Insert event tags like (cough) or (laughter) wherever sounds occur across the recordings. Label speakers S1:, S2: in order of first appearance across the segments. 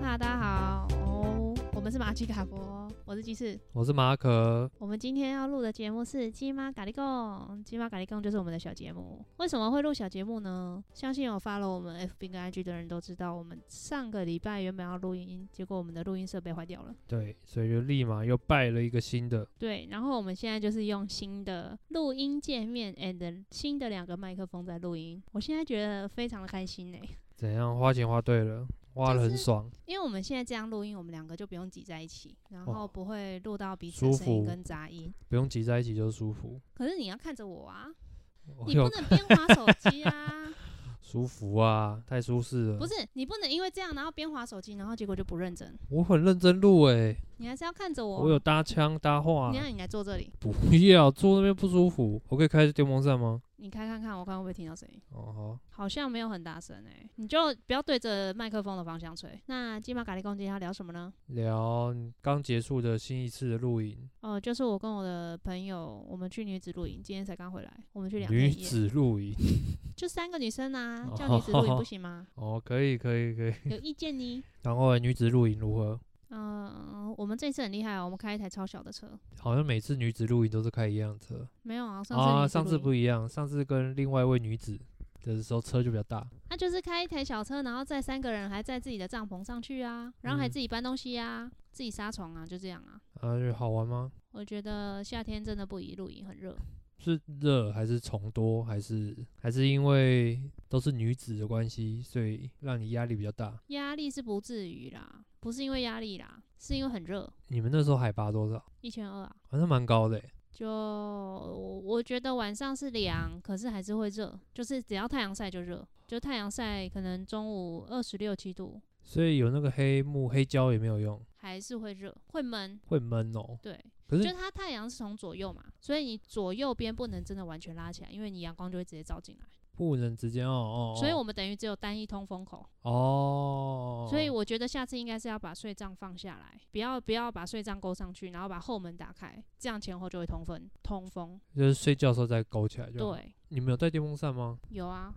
S1: 哈，大家好，哦，我们是马吉卡波，我是鸡翅。
S2: 我是马可，
S1: 我们今天要录的节目是《鸡妈咖喱贡》，《鸡妈咖喱贡》就是我们的小节目。为什么会录小节目呢？相信有发了我们 FB 跟 IG 的人都知道，我们上个礼拜原本要录音，结果我们的录音设备坏掉了。
S2: 对，所以就立马又拜了一个新的，
S1: 对，然后我们现在就是用新的录音界面 and 新的两个麦克风在录音，我现在觉得非常的开心呢、 (laughs)
S2: 怎样花钱花对了，花的
S1: 就是
S2: 很爽，
S1: 因为我们现在这样录音，我们两个就不用挤在一起，然后
S2: 哦
S1: 不会录到彼此的
S2: 舒
S1: 声音
S2: 服
S1: 跟杂音。
S2: 不用挤在一起就舒服。
S1: 可是你要看着我啊，
S2: 我
S1: 你不
S2: 哦有
S1: 能边划手机啊。
S2: (laughs) 舒服啊，太舒适了。
S1: 不是，你不能因为这样，然后边划手机，然后结果就不认真。
S2: 我很认真录诶、
S1: 你还是要看着我。
S2: 哦我有搭腔搭话
S1: 你，让你来坐这里，
S2: 不要坐那边不舒服。我可以开电风扇吗？
S1: 你开看看，我看会不会听到声音。
S2: 哦好，
S1: 好像没有很大声哎、你就不要对着麦克风的方向吹。那金马咖喱公今天要聊什么呢？
S2: 聊刚结束的新一次的露营，
S1: 哦、就是我跟我的朋友，我们去女子露营，今天才刚回来，我们去两天
S2: 女
S1: 一夜
S2: 子露营。
S1: 就三个女生啊，
S2: 哦
S1: 叫女子露营不行
S2: (laughs)
S1: 吗？
S2: 哦，可以可以可以。
S1: 有意见呢？
S2: 然后女子露营如何？
S1: 嗯、我们这次很厉害哦，我们开一台超小的车。
S2: 好像每次女子露营都是开一样的车。
S1: 没有啊，上次、
S2: 啊，上次不，一样，上次跟另外一位女子的时候车就比较大，
S1: 他就是开一台小车，然后载三个人，还载自己的帐篷上去啊，然后还
S2: 嗯
S1: 自己搬东西啊，自己杀床啊，就这样啊。
S2: 啊，就好玩吗？
S1: 我觉得夏天真的不宜露营，很热。
S2: 是热还是虫多，还是还是因为都是女子的关系，所以让你压力比较大？
S1: 压力是不至于啦，不是因为压力啦，是因为很热，
S2: 你们那时候海拔多少？
S1: 一千二啊。
S2: 好像蛮高的欸、
S1: 就我觉得晚上是凉，可是还是会热，就是只要太阳晒就热，就太阳晒可能中午二十六七度
S2: 所以有那个黑木黑胶也没有用，
S1: 还是会热，会闷。
S2: 会闷哦、
S1: 对，
S2: 可
S1: 就是
S2: 是
S1: 它太阳是从左右嘛，所以你左右边不能真的完全拉起来，因为你阳光就会直接照进来。
S2: 不能直接哦哦，哦
S1: 所以我们等于只有单一通风口。
S2: 哦，
S1: 所以我觉得下次应该是要把睡帐放下来，不要不要把睡帐勾上去，然后把后门打开，这样前后就会通风通风。
S2: 就是睡觉的时候再勾起来就好。
S1: 对，
S2: 你们有带电风扇吗？
S1: 有啊，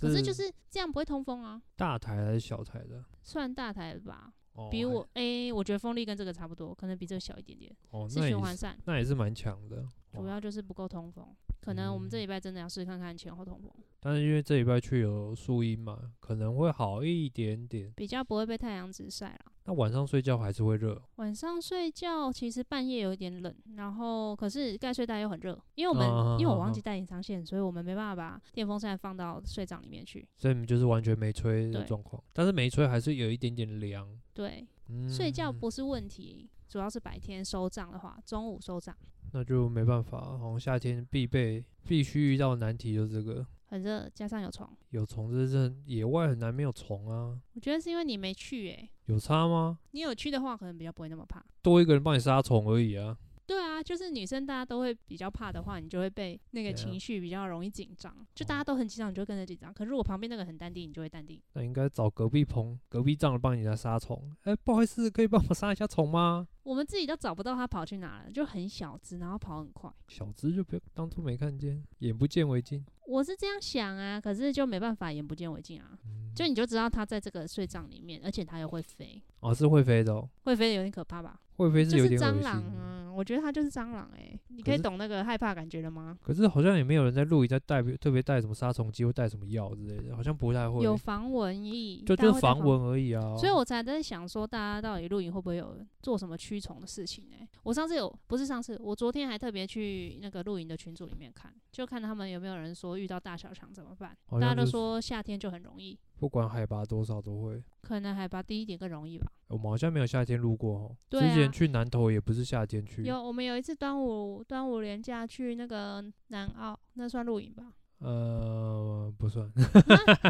S1: 可是就是这样不会通风啊，
S2: 大台还是小台的？
S1: 算大台吧，
S2: 哦
S1: 比
S2: 还
S1: 我诶、我觉得风力跟这个差不多，可能比这个小一点点，
S2: 哦，
S1: 是
S2: 那
S1: 循
S2: 也
S1: 环
S2: 是
S1: 扇，
S2: 那也是蛮强的。
S1: 主
S2: 哇
S1: 要就是不够通风。可能我们这
S2: 嗯
S1: 礼拜真的要试看看前后通风，
S2: 但是因为这礼拜去有树荫嘛，可能会好一点点。
S1: 比较不会被太阳直晒啦。
S2: 那晚上睡觉还是会热，
S1: 晚上睡觉其实半夜有一点冷，然后可是盖睡袋又很热，因为我们、
S2: 啊
S1: 因为我忘记带延长线，所以我们没办法把电风扇放到睡帐里面去。
S2: 所以你们就是完全没吹的
S1: 对
S2: 状况。但是没吹还是有一点点凉。
S1: 对，
S2: 嗯，
S1: 睡觉不是问题，主要是白天收帐的话，中午收帐
S2: 那就没办法，好像夏天必备必须遇到的难题就是这个
S1: 很热，加上有虫。
S2: 有虫，这是野外很难没有虫啊，
S1: 我觉得是因为你没去诶、
S2: 有差吗？
S1: 你有去的话，可能比较不会那么怕。
S2: 多一个人帮你杀虫而已啊。
S1: 对啊，就是女生大家都会比较怕的话，你就会被那个
S2: 对啊
S1: 情绪比较容易紧张，就
S2: 哦
S1: 大家都很紧张，你就会跟着紧张。可是如果旁边那个很淡定，你就会淡定。
S2: 那应该找隔壁棚、隔壁帐的帮你来杀虫。哎、不好意思，可以帮我杀一下虫吗？
S1: 我们自己都找不到它跑去哪了，就很小只，然后跑很快。
S2: 小只就不要当初没看见，眼不见为净。
S1: 我是这样想啊，可是就没办法，眼不见为净啊。
S2: 嗯
S1: 就你就知道它在这个睡帐里面，而且它又会飞，
S2: 哦，是会飞的、哦。
S1: 会飞的有点可怕吧？
S2: 会不会是
S1: 就
S2: 有
S1: 是
S2: 点恶
S1: 蟑
S2: 心？
S1: 螂啊，我觉得它就是蟑螂哎、你
S2: 可
S1: 可以
S2: 是
S1: 懂那个害怕感觉了吗？
S2: 可是好像也没有人在录影在带特别带什么杀虫剂或带什么药之类的，好像不太会。
S1: 有防蚊液，
S2: 就
S1: 大家
S2: 就
S1: 会带
S2: 是防蚊而已啊。
S1: 所以我才在想说，大家到底露营会不会有做什么驱虫的事情呢、我上次有，不是上次，我昨天还特别去那个露营的群组里面看，就看他们有没有人说遇到大小强怎么办。
S2: 好
S1: 大
S2: 像
S1: 家都
S2: 哦是
S1: 说夏天就很容易，
S2: 不管海拔多少都会。
S1: 可能海拔低一点更容易吧。
S2: 我们好像没有夏天录过哦。
S1: 对
S2: 之
S1: 啊
S2: 前去南投也不是夏天去。
S1: 有我们有一次端午端午连假去那个南澳，那算露营吧？
S2: 呃，不算，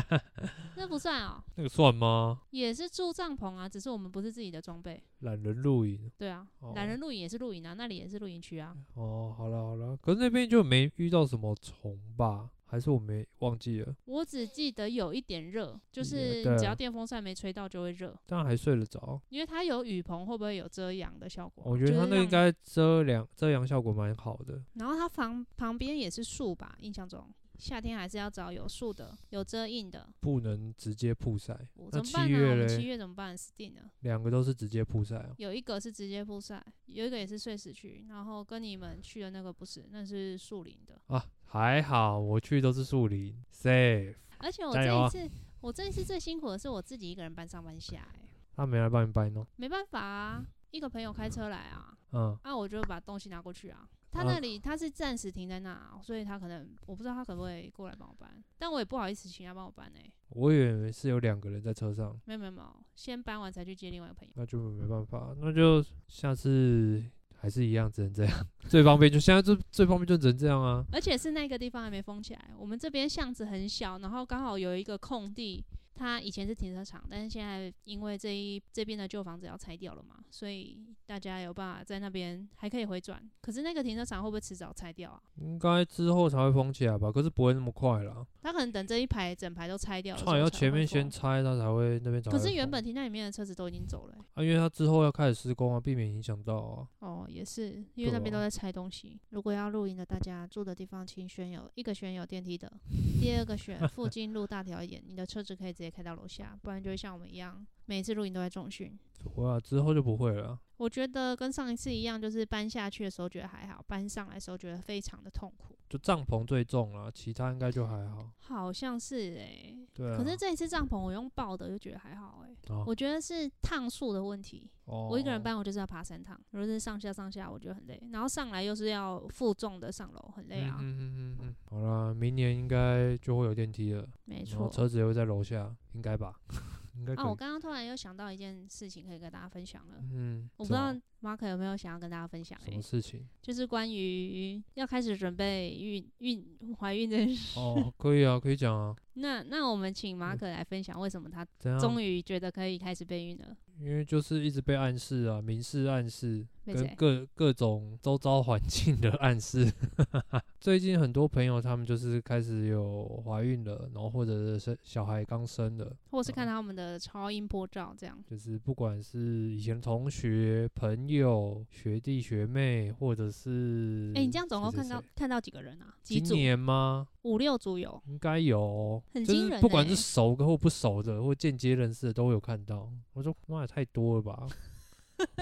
S2: (laughs)
S1: 那不算哦，
S2: 那个算吗？
S1: 也是住帐篷啊，只是我们不是自己的装备。
S2: 懒人露营
S1: 对啊，懒、
S2: 哦
S1: 人露营也是露营啊，那里也是露营区啊。
S2: 哦，好了好了，可是那边就没遇到什么虫吧？还是我没忘记了？
S1: 我只记得有一点热，就
S2: 也
S1: 是
S2: 对
S1: 只要
S2: 啊
S1: 电风扇没吹到就会热，
S2: 但还睡得着。
S1: 因为它有雨棚，会不会有遮阳的效果啊？
S2: 我觉得
S1: 就
S2: 它
S1: 是
S2: 那个
S1: 让
S2: 应，该遮凉遮阳效果蛮好的。
S1: 然后它旁旁边也是树吧，印象中夏天还是要找有树的、有遮荫的。
S2: 不能直接曝晒。
S1: 我怎
S2: 那
S1: 么
S2: 七
S1: 办呢、我
S2: 月
S1: 们七
S2: 嘞，
S1: 月怎么办？死定了。
S2: 两个都是直接曝晒哦。
S1: 有一个是直接曝晒，有一个也是碎石区，然后跟你们去的那个不是，那是树林的。
S2: 啊，还好我去都是树林，safe。
S1: 而且我
S2: 加
S1: 这
S2: 油啊
S1: 一次，我这一次最辛苦的是我自己一个人搬上搬下、欸，
S2: 他没来帮你搬哦。
S1: 没办法啊，一个朋友开车来啊，
S2: 嗯，
S1: 啊，我就把东西拿过去啊。他
S2: 啊
S1: 那里他是暂时停在那啊，所以他可能我不知道他可不可以过来帮我搬，但我也不好意思请他帮我搬哎、
S2: 我以为是有两个人在车上，
S1: 没有没有没有，先搬完才去接另外一个朋友。
S2: 那就没办法，那就下次还是一样，只能这样。 (laughs) 最方便就现在最最方便就只能这样啊。
S1: 而且是那个地方还没封起来，我们这边巷子很小，然后刚好有一个空地，它以前是停车场，但是现在因为这一这边的旧房子要拆掉了嘛，所以大家有办法在那边还可以回转。可是那个停车场会不会迟早拆掉啊？
S2: 应该之后才会封起来吧，可是不会那么快啦。
S1: 他可能等这一排整排都拆掉了之后
S2: 串
S1: 才会
S2: 要
S1: 封，
S2: 前面先拆，它才会那边才会
S1: 可
S2: 封。
S1: 是原本停在里面的车子都已经走了欸、
S2: 啊，因为它之后要开始施工啊，避免影响到啊。
S1: 哦，也是，因为那
S2: 对
S1: 边
S2: 啊
S1: 都在拆东西。如果要露营的，大家住的地方请选有一个选有电梯的，第二个选
S2: (laughs)
S1: 附近路大条一点，你的车子可以直接开到楼下，不然就会像我们一样，每次露营都在重训。
S2: 不会啊，之后就不会了啊。
S1: 我觉得跟上一次一样，就是搬下去的时候觉得还好，搬上来的时候觉得非常的痛苦，
S2: 就帐篷最重啦，其他应该就还好。
S1: 好像是诶、
S2: 对啊。
S1: 可是这一次帐篷我用抱的，就觉得还好诶、欸
S2: 哦
S1: 我觉得是趟数的问题，
S2: 哦
S1: 我一个人搬，我就是要爬三趟，如果是上下上下，我觉得很累，然后上来又是要负重的上楼，很累啊。
S2: 嗯嗯嗯嗯嗯。好啦，明年应该就会有电梯了，
S1: 没
S2: 然后
S1: 错。
S2: 车子也会在楼下，应该吧？ (laughs) 应该可
S1: 啊，我
S2: 以。
S1: 刚刚突然又想到一件事情可以跟大家分享了，
S2: 嗯，
S1: 我不知
S2: 什
S1: 道
S2: 么
S1: Mark 有没有想要跟大家分享、
S2: 什么
S1: 欸，(laughs)
S2: 事情
S1: 就是关于要开始准备孕孕怀孕的事。 (laughs)
S2: 哦，可以啊，可以讲啊。
S1: 那那我们
S2: 嗯
S1: 请 Mark 来分享为什么他
S2: 怎样？
S1: 终于觉得可以开始备孕了。
S2: 因为就是一直被暗示啊，明示暗示，
S1: 被
S2: 跟
S1: 谁
S2: 各各种周遭环境的暗示。 (laughs) 最近很多朋友他们就是开始有怀孕了，然后或者是生小孩刚生了，
S1: 或是看
S2: 哦
S1: 他们的超音波照，这样
S2: 就是不管是以前同学、朋友、学弟学妹，或者是
S1: 哎、你这样总共
S2: 谁
S1: 看
S2: 谁
S1: 到
S2: 谁
S1: 看到几个人啊？几
S2: 今
S1: 组？
S2: 年吗？
S1: 五六组有。
S2: 应该有哦，
S1: 很
S2: 就
S1: 惊
S2: 是
S1: 人
S2: 不管
S1: 欸
S2: 是熟的或不熟的，或间接认识的都有看到。我说妈也太多
S1: (laughs)
S2: 了吧！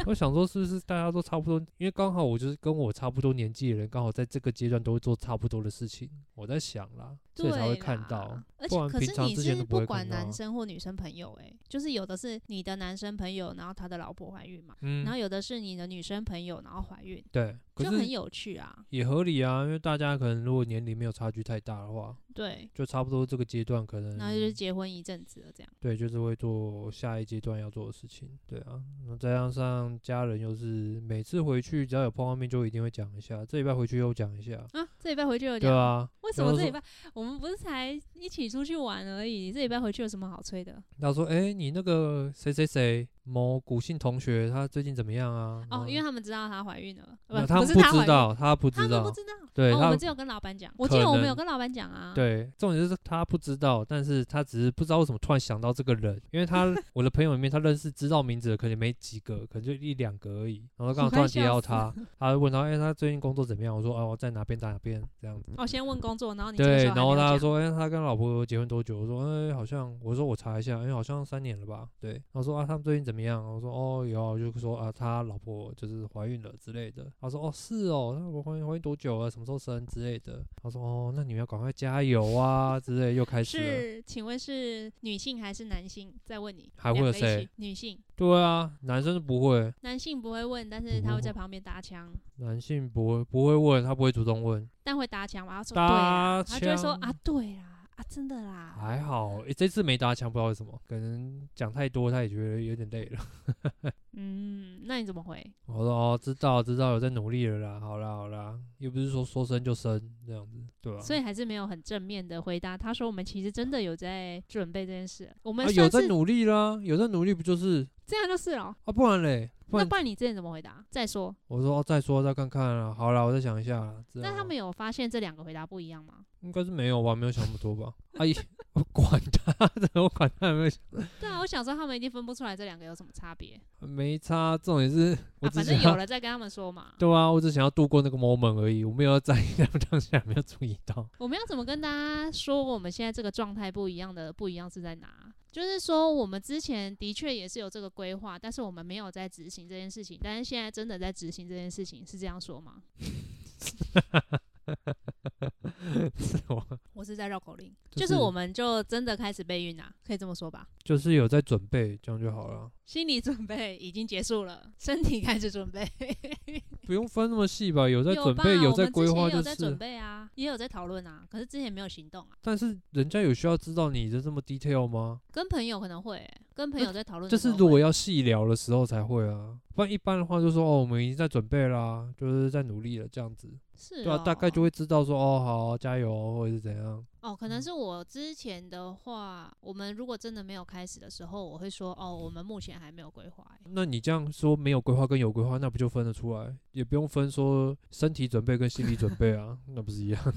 S2: 我想说是不是大家都差不多？因为刚好我就是跟我差不多年纪的人，刚好在这个阶段都会做差不多的事情。我在想啦，所以才会
S1: 对
S2: 看
S1: 啦
S2: 到。
S1: 而
S2: 不
S1: 且
S2: 然
S1: 可
S2: 平
S1: 是
S2: 常
S1: 你
S2: 之前
S1: 是
S2: 都不会
S1: 管
S2: 看到啊
S1: 男生或女生朋友、欸，就是有的是你的男生朋友，然后他的老婆怀孕嘛，
S2: 嗯
S1: 然，后有的是你的女生朋友，然后怀孕，
S2: 对，可
S1: 就很
S2: 是
S1: 有趣啊。
S2: 也合理啊，因为大家可能如果年龄没有差距太大的话，
S1: 对，
S2: 就差不多这个阶段可能
S1: 然后就是结婚一阵子了，这样
S2: 对，就是会做下一阶段要做的事情。对啊，那再加上家人又是每次回去只要有碰到面就一定会讲一下，这礼拜回去又讲一下，
S1: 啊。这礼拜回去有
S2: 对
S1: 讲，
S2: 啊。
S1: 为什么
S2: 然后
S1: 这礼
S2: 说
S1: 拜我们不是才一起出去玩而已？你这礼拜回去有什么好吹的？
S2: 他说：“哎、你那个谁谁谁某古姓同学，他最近怎么样啊？”然
S1: 哦，
S2: 后
S1: 因为他们知道她怀孕了，
S2: 没有
S1: 呃
S2: 他
S1: 不
S2: 们
S1: 是
S2: 不
S1: 她怀
S2: 知
S1: 孕，
S2: 道，他不
S1: 他
S2: 知
S1: 们不
S2: 道，
S1: 知道。
S2: 对
S1: 哦，我
S2: 他
S1: 们只有跟老板讲，我记得
S2: 可
S1: 我们有
S2: 能
S1: 跟老板讲啊。，
S2: 对，重点就是他不知道，但是他只是不知道为什么突然想到这个人，因
S1: (laughs)
S2: 为他我的朋友里面他认识知道名字的可能没几个，可能就一两个而已。然后刚好突
S1: 快
S2: 然提
S1: 笑
S2: 到
S1: 死
S2: 他，他就问他，哎、他最近工作怎么样？我说，哦，在哪边哪边这样子。
S1: 哦，先问工作，然后你这个
S2: 对，
S1: 时候还
S2: 然后
S1: 没有
S2: 他
S1: 讲
S2: 说，哎、他跟老婆结婚多久？我说，哎、好像，我说我查一下，哎、好像三年了吧？对，然后说啊，他们最近怎么样？我说，哦，有啊，我就说啊，他老婆就是怀孕了之类的。他说，哦，是哦，他老婆怀孕怀孕多久了？什么时候生之类的？他说，哦，那你们要赶快加油啊之类，又开始了。
S1: 是，请问是女性还是男性？再问你，
S2: 还会
S1: 两
S2: 有
S1: 个一
S2: 谁
S1: 起？女性，
S2: 对啊，男生是不会，
S1: 男性不会问，但是他会在旁边搭腔。
S2: 男性不会不会问，他不会主动问，
S1: 但会打枪嘛？他说对啦，
S2: 搭
S1: 他就会说
S2: 腔
S1: 啊，对啦，啊，真的啦，
S2: 还好，诶、这次没搭腔，不知道为什么，可能讲太多，他也觉得有点累了。
S1: 嗯，那你怎么回？
S2: 我说哦，知道知道，有在努力了啦，好啦好啦，又不是说说生就生这样子，对吧、
S1: 所以还是没有很正面的回答。他说我们其实真的有在准备这件事，我们
S2: 啊，有
S1: 算
S2: 在
S1: 是
S2: 努力啦，有在努力不就是
S1: 这样就是了。
S2: 啊？不然嘞，不
S1: 那
S2: 然
S1: 不然你之前怎么回答？再说，
S2: 我说、哦再说再看看啊，好啦，我再想一下啦。这
S1: 那
S2: 样
S1: 他
S2: 啊
S1: 们有发现这两个回答不一样吗？
S2: 应该是没有吧？没有想那么多吧？ (laughs) 阿姨，我管他的，我管他有没有想，
S1: 对啊，我想说他们一定分不出来这两个有什么差别。
S2: 没差。重点是我
S1: 啊，
S2: 只
S1: 反
S2: 想
S1: 正
S2: 要、
S1: 有了再跟他们说嘛。
S2: 对啊，我只想要度过那个 moment 而已，我没有要在意他们当下有没有注意到。 (laughs)
S1: 我们要怎么跟大家说我们现在这个状态不一样的不一样是在哪？就是说，我们之前的确也是有这个规划，但是我们没有在执行这件事情。但是现在真的在执行这件事情，是这样说吗？
S2: 是我
S1: 我是在绕口令，
S2: 就
S1: 就是是我们就真的开始备孕啦、啊可以这么说吧。
S2: 就是有在准备，这样就好了，
S1: 心理准备已经结束了，身体开始 (laughs) 准备。
S2: 不用分那么细吧？有在
S1: 有
S2: 准
S1: 吧？
S2: 备，
S1: 我
S2: 在
S1: 们之
S2: 规
S1: 前
S2: 划
S1: 也有
S2: 就
S1: 在准
S2: 是。
S1: 备啊，也有在讨论啊，可是之前没有行动啊。
S2: 但是人家有需要知道你的这么 detail 吗？
S1: 跟朋友可能会、跟朋友在讨论的
S2: 就
S1: 时
S2: 是
S1: 候会，
S2: 如果要细聊的时候才会啊，不然一般的话就说哦，我们已经在准备啦，就是在努力了这样子。
S1: 是、哦、
S2: 对啊，大概就会知道说哦，好，加油哦，或者是怎样。
S1: 哦，可
S2: 嗯
S1: 能是我之前的话，我们如果真的没有开始的时候，我会说哦，我们目前还没有规划欸、
S2: 那你这样说没有规划跟有规划，那不就分得出来？也不用分说身体准备跟心理准备啊， (laughs) 那不是一样？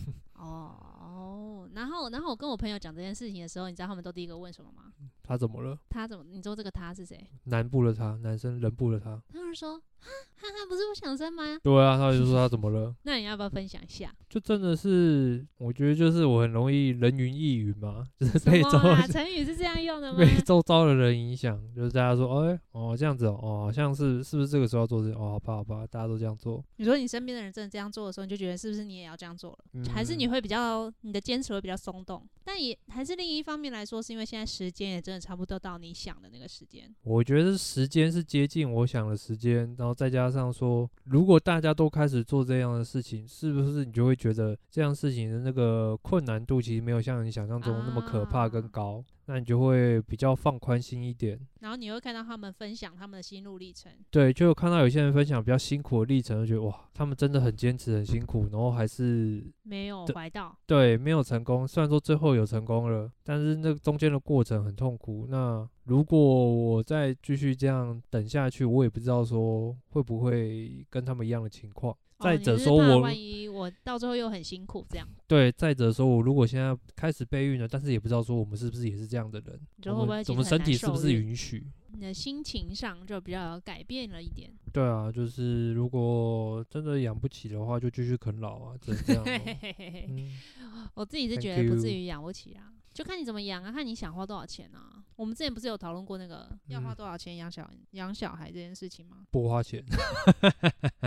S1: 哦，然后然后我跟我朋友讲这件事情的时候，你知道他们都第一个问什么吗？
S2: 他怎么了？
S1: 他怎么？你说这个他是谁？
S2: 南部的他，男生人部
S1: (laughs)
S2: 的他。
S1: 他们说啊，哈哈，不是我想生吗？
S2: 对啊，他就说他怎么了？
S1: 那你要不要分享一下？
S2: 就真的是，我觉得就是我很容易人云亦云嘛，就是
S1: 什
S2: 被
S1: 么
S2: 周 (laughs)
S1: 啦？成语是这样用的吗
S2: 被？周遭的人影响，就是大家说，哎、哦这样子哦，哦好像是是不是这个时候要做事？哦，好吧好吧，大家都这样做，
S1: (laughs) 你说你身边的人真的这样做的时候，你就觉得是不是你也要这样做了？还是你
S2: 嗯
S1: 会比较你的坚持会比较松动？但也还是另一方面来说，是因为现在时间也真的差不多到你想的那个时间。
S2: 我觉得时间是接近我想的时间，然后再加上说，如果大家都开始做这样的事情，是不是你就会觉得这样事情的那个困难度其实没有像你想象中那么可怕跟
S1: 啊
S2: 高？那你就会比较放宽心一点。
S1: 然后你会看到他们分享他们的心路历程，
S2: 对，就有看到有些人分享比较辛苦的历程，就觉得哇，他们真的很坚持，很辛苦，然后还是
S1: 没有
S2: 对
S1: 怀到，
S2: 对，没有成功。虽然说最后有成功了，但是那中间的过程很痛苦。那如果我再继续这样等下去，我也不知道说会不会跟他们一样的情况。再
S1: 哦你
S2: 者
S1: 是
S2: 说
S1: 怕
S2: 我，
S1: 万一我到最后又很辛苦，这样
S2: 对，再者说我如果现在开始备孕了，但是也不知道说我们是不是也是这样的人，
S1: 你说
S2: 我
S1: 会不
S2: 们
S1: 会
S2: 我
S1: 其
S2: 们
S1: 实
S2: 身
S1: 很
S2: 体
S1: 难
S2: 是不
S1: 受
S2: 是
S1: 孕
S2: 允许？
S1: 你的心情上就比较改变了一点。
S2: 对啊，就是如果真的养不起的话，就继续啃老啊，只能这样、
S1: 嘿 (laughs)
S2: 哦。
S1: 嘿嘿嘿，
S2: 嗯，
S1: 我自己是
S2: Thank
S1: 觉得不至
S2: you
S1: 于养不起啊，就看你怎么养啊，看你想花多少钱啊。我们之前不是有讨论过那个要花
S2: 嗯
S1: 多少钱养小养小孩这件事情吗？
S2: (laughs) 不花钱，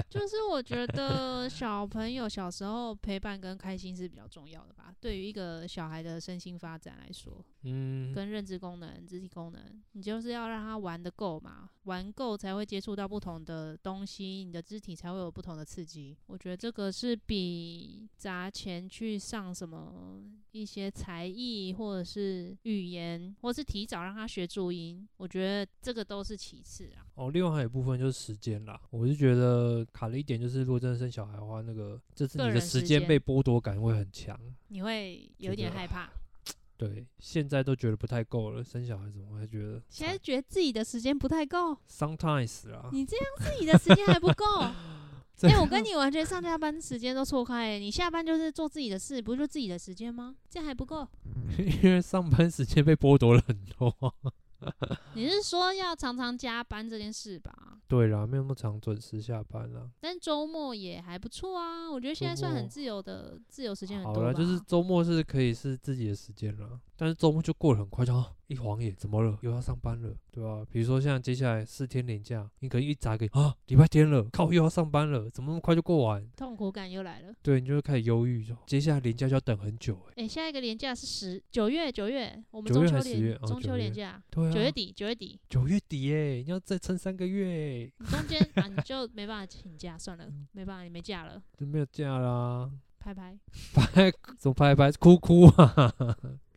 S1: 就是我觉得小朋友小时候陪伴跟开心是比较重要的吧，对于一个小孩的身心发展来说，
S2: 嗯，
S1: 跟认知功能、肢体功能，你就是要让他玩得够嘛，玩够才会接触到不同的东西，你的肢体才会有不同的刺激。我觉得这个是比砸钱去上什么一些才艺，或者是语言，或是提早让他学注音，我觉得这个都是其次啊。
S2: 哦，另外还有一部分就是时间啦，我是觉得卡了一点，就是如果真的生小孩的话，那个这次
S1: 个
S2: 你的
S1: 人
S2: 时
S1: 时
S2: 间
S1: 间
S2: 被剥夺感会很强。
S1: 你会有
S2: 觉
S1: 点
S2: 得
S1: 害怕。
S2: 对，现在都觉得不太够了，生小孩怎么还觉得？
S1: 现在觉得自己的时间不太够，
S2: sometimes 啦，。
S1: 你这样自己的时间还不够
S2: (laughs) 这
S1: 哎、我跟你完全上下班时间都错开、欸，你下班就是做自己的事，不是就自己的时间吗？这样还不够？
S2: (laughs) 因为上班时间被剥夺了很多。 (laughs)
S1: 你是说要常常加班这件事吧？
S2: 对啦，没有那么常准时下班啦。
S1: 但周末也还不错啊，我觉得现在算很自由的，自由时间很
S2: 好
S1: 多吧。
S2: 啦，就是周末是可以是自己的时间啦，但是周末就过得很快就，啊一晃眼，怎么了？又要上班了，对吧、比如说像接下来四天连假，你可能一眨个眼啊，礼拜天了，靠，又要上班了，怎么那么快就过完？
S1: 痛苦感又来了。
S2: 对你就会开始忧郁，说接下来连假就要等很久哎、
S1: 哎、下一个年假是十九月，九月我们
S2: 九
S1: 中
S2: 月
S1: 秋
S2: 还是十月
S1: 连
S2: 哦
S1: 中
S2: 九
S1: 秋
S2: 月
S1: 连假，
S2: 对啊，
S1: 九月底，九月底，
S2: 九月底哎、你要再撑三个月、欸，
S1: 你中间啊你就没办法请假，算了，
S2: 嗯
S1: 没办法，你没假了，
S2: 就没有假啦，
S1: 拍拍。
S2: (laughs) 拍怎么拍拍哭哭啊？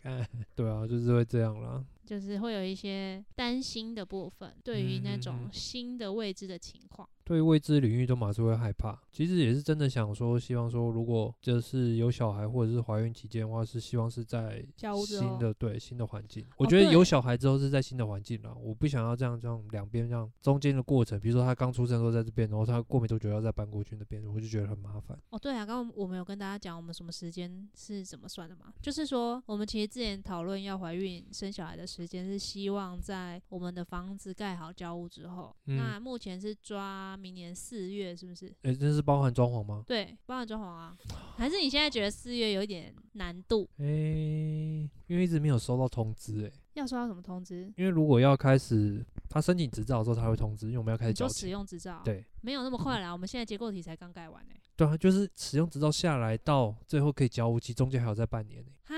S2: 看，对啊，就是会这样啦。
S1: 就是会有一些担心的部分，对于那
S2: 嗯嗯
S1: 种
S2: 嗯
S1: 新的未知的情况。
S2: 对未知领域都马是会害怕。其实也是真的想说，希望说，如果就是有小孩或者是怀孕期间的话，是希望是在
S1: 家务之后
S2: 新的对新的环境。我
S1: 哦
S2: 觉得有
S1: 对
S2: 小孩之后是在新的环境啦，我不想要这样这样两边这样中间的过程，比如说他刚出生的时候在这边，然后他过没多久要再搬过去那边，我就觉得很麻烦。
S1: 哦，对啊，刚刚我们有跟大家讲我们什么时间是怎么算的嘛？就是说，我们其实之前讨论要怀孕生小孩的时间是希望在我们的房子盖好交屋之后，
S2: 嗯
S1: 那目前是抓明年四月，是不是？
S2: 诶，这是包含装潢吗？
S1: 对，包含装潢啊，还是你现在觉得四月有一点难度？
S2: 诶，因为一直没有收到通知诶、
S1: 要收到什么通知？
S2: 因为如果要开始他申请执照的时候，他会通知，因为我们要开始
S1: 你
S2: 交
S1: 说使
S2: 钱。
S1: 用执照？，
S2: 对嗯
S1: 没有那么快啦，我们现在结构体才刚盖完呢、
S2: 对啊，就是使用执照下来到最后可以交屋期，中间还有再半年呢、
S1: 哈，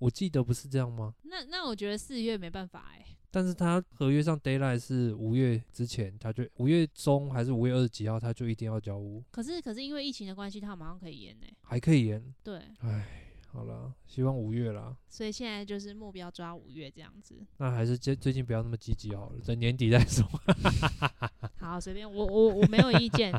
S2: 我记得不是这样吗？
S1: 那那我觉得四月没办法哎、
S2: 但是他合约上 d a y l i g h t 是五月之前，他就五月中还是五月二十几号，他就一定要交屋，
S1: 可是可是因为疫情的关系，它马上可以延呢、
S2: 还可以延。
S1: 对，
S2: 唉，好啦，希望五月啦。
S1: 所以现在就是目标抓五月这样子。
S2: 那还是最最近不要那么积极好了，等年底再说。 (laughs)
S1: 好，随便我我我没有意
S2: (laughs)
S1: 见，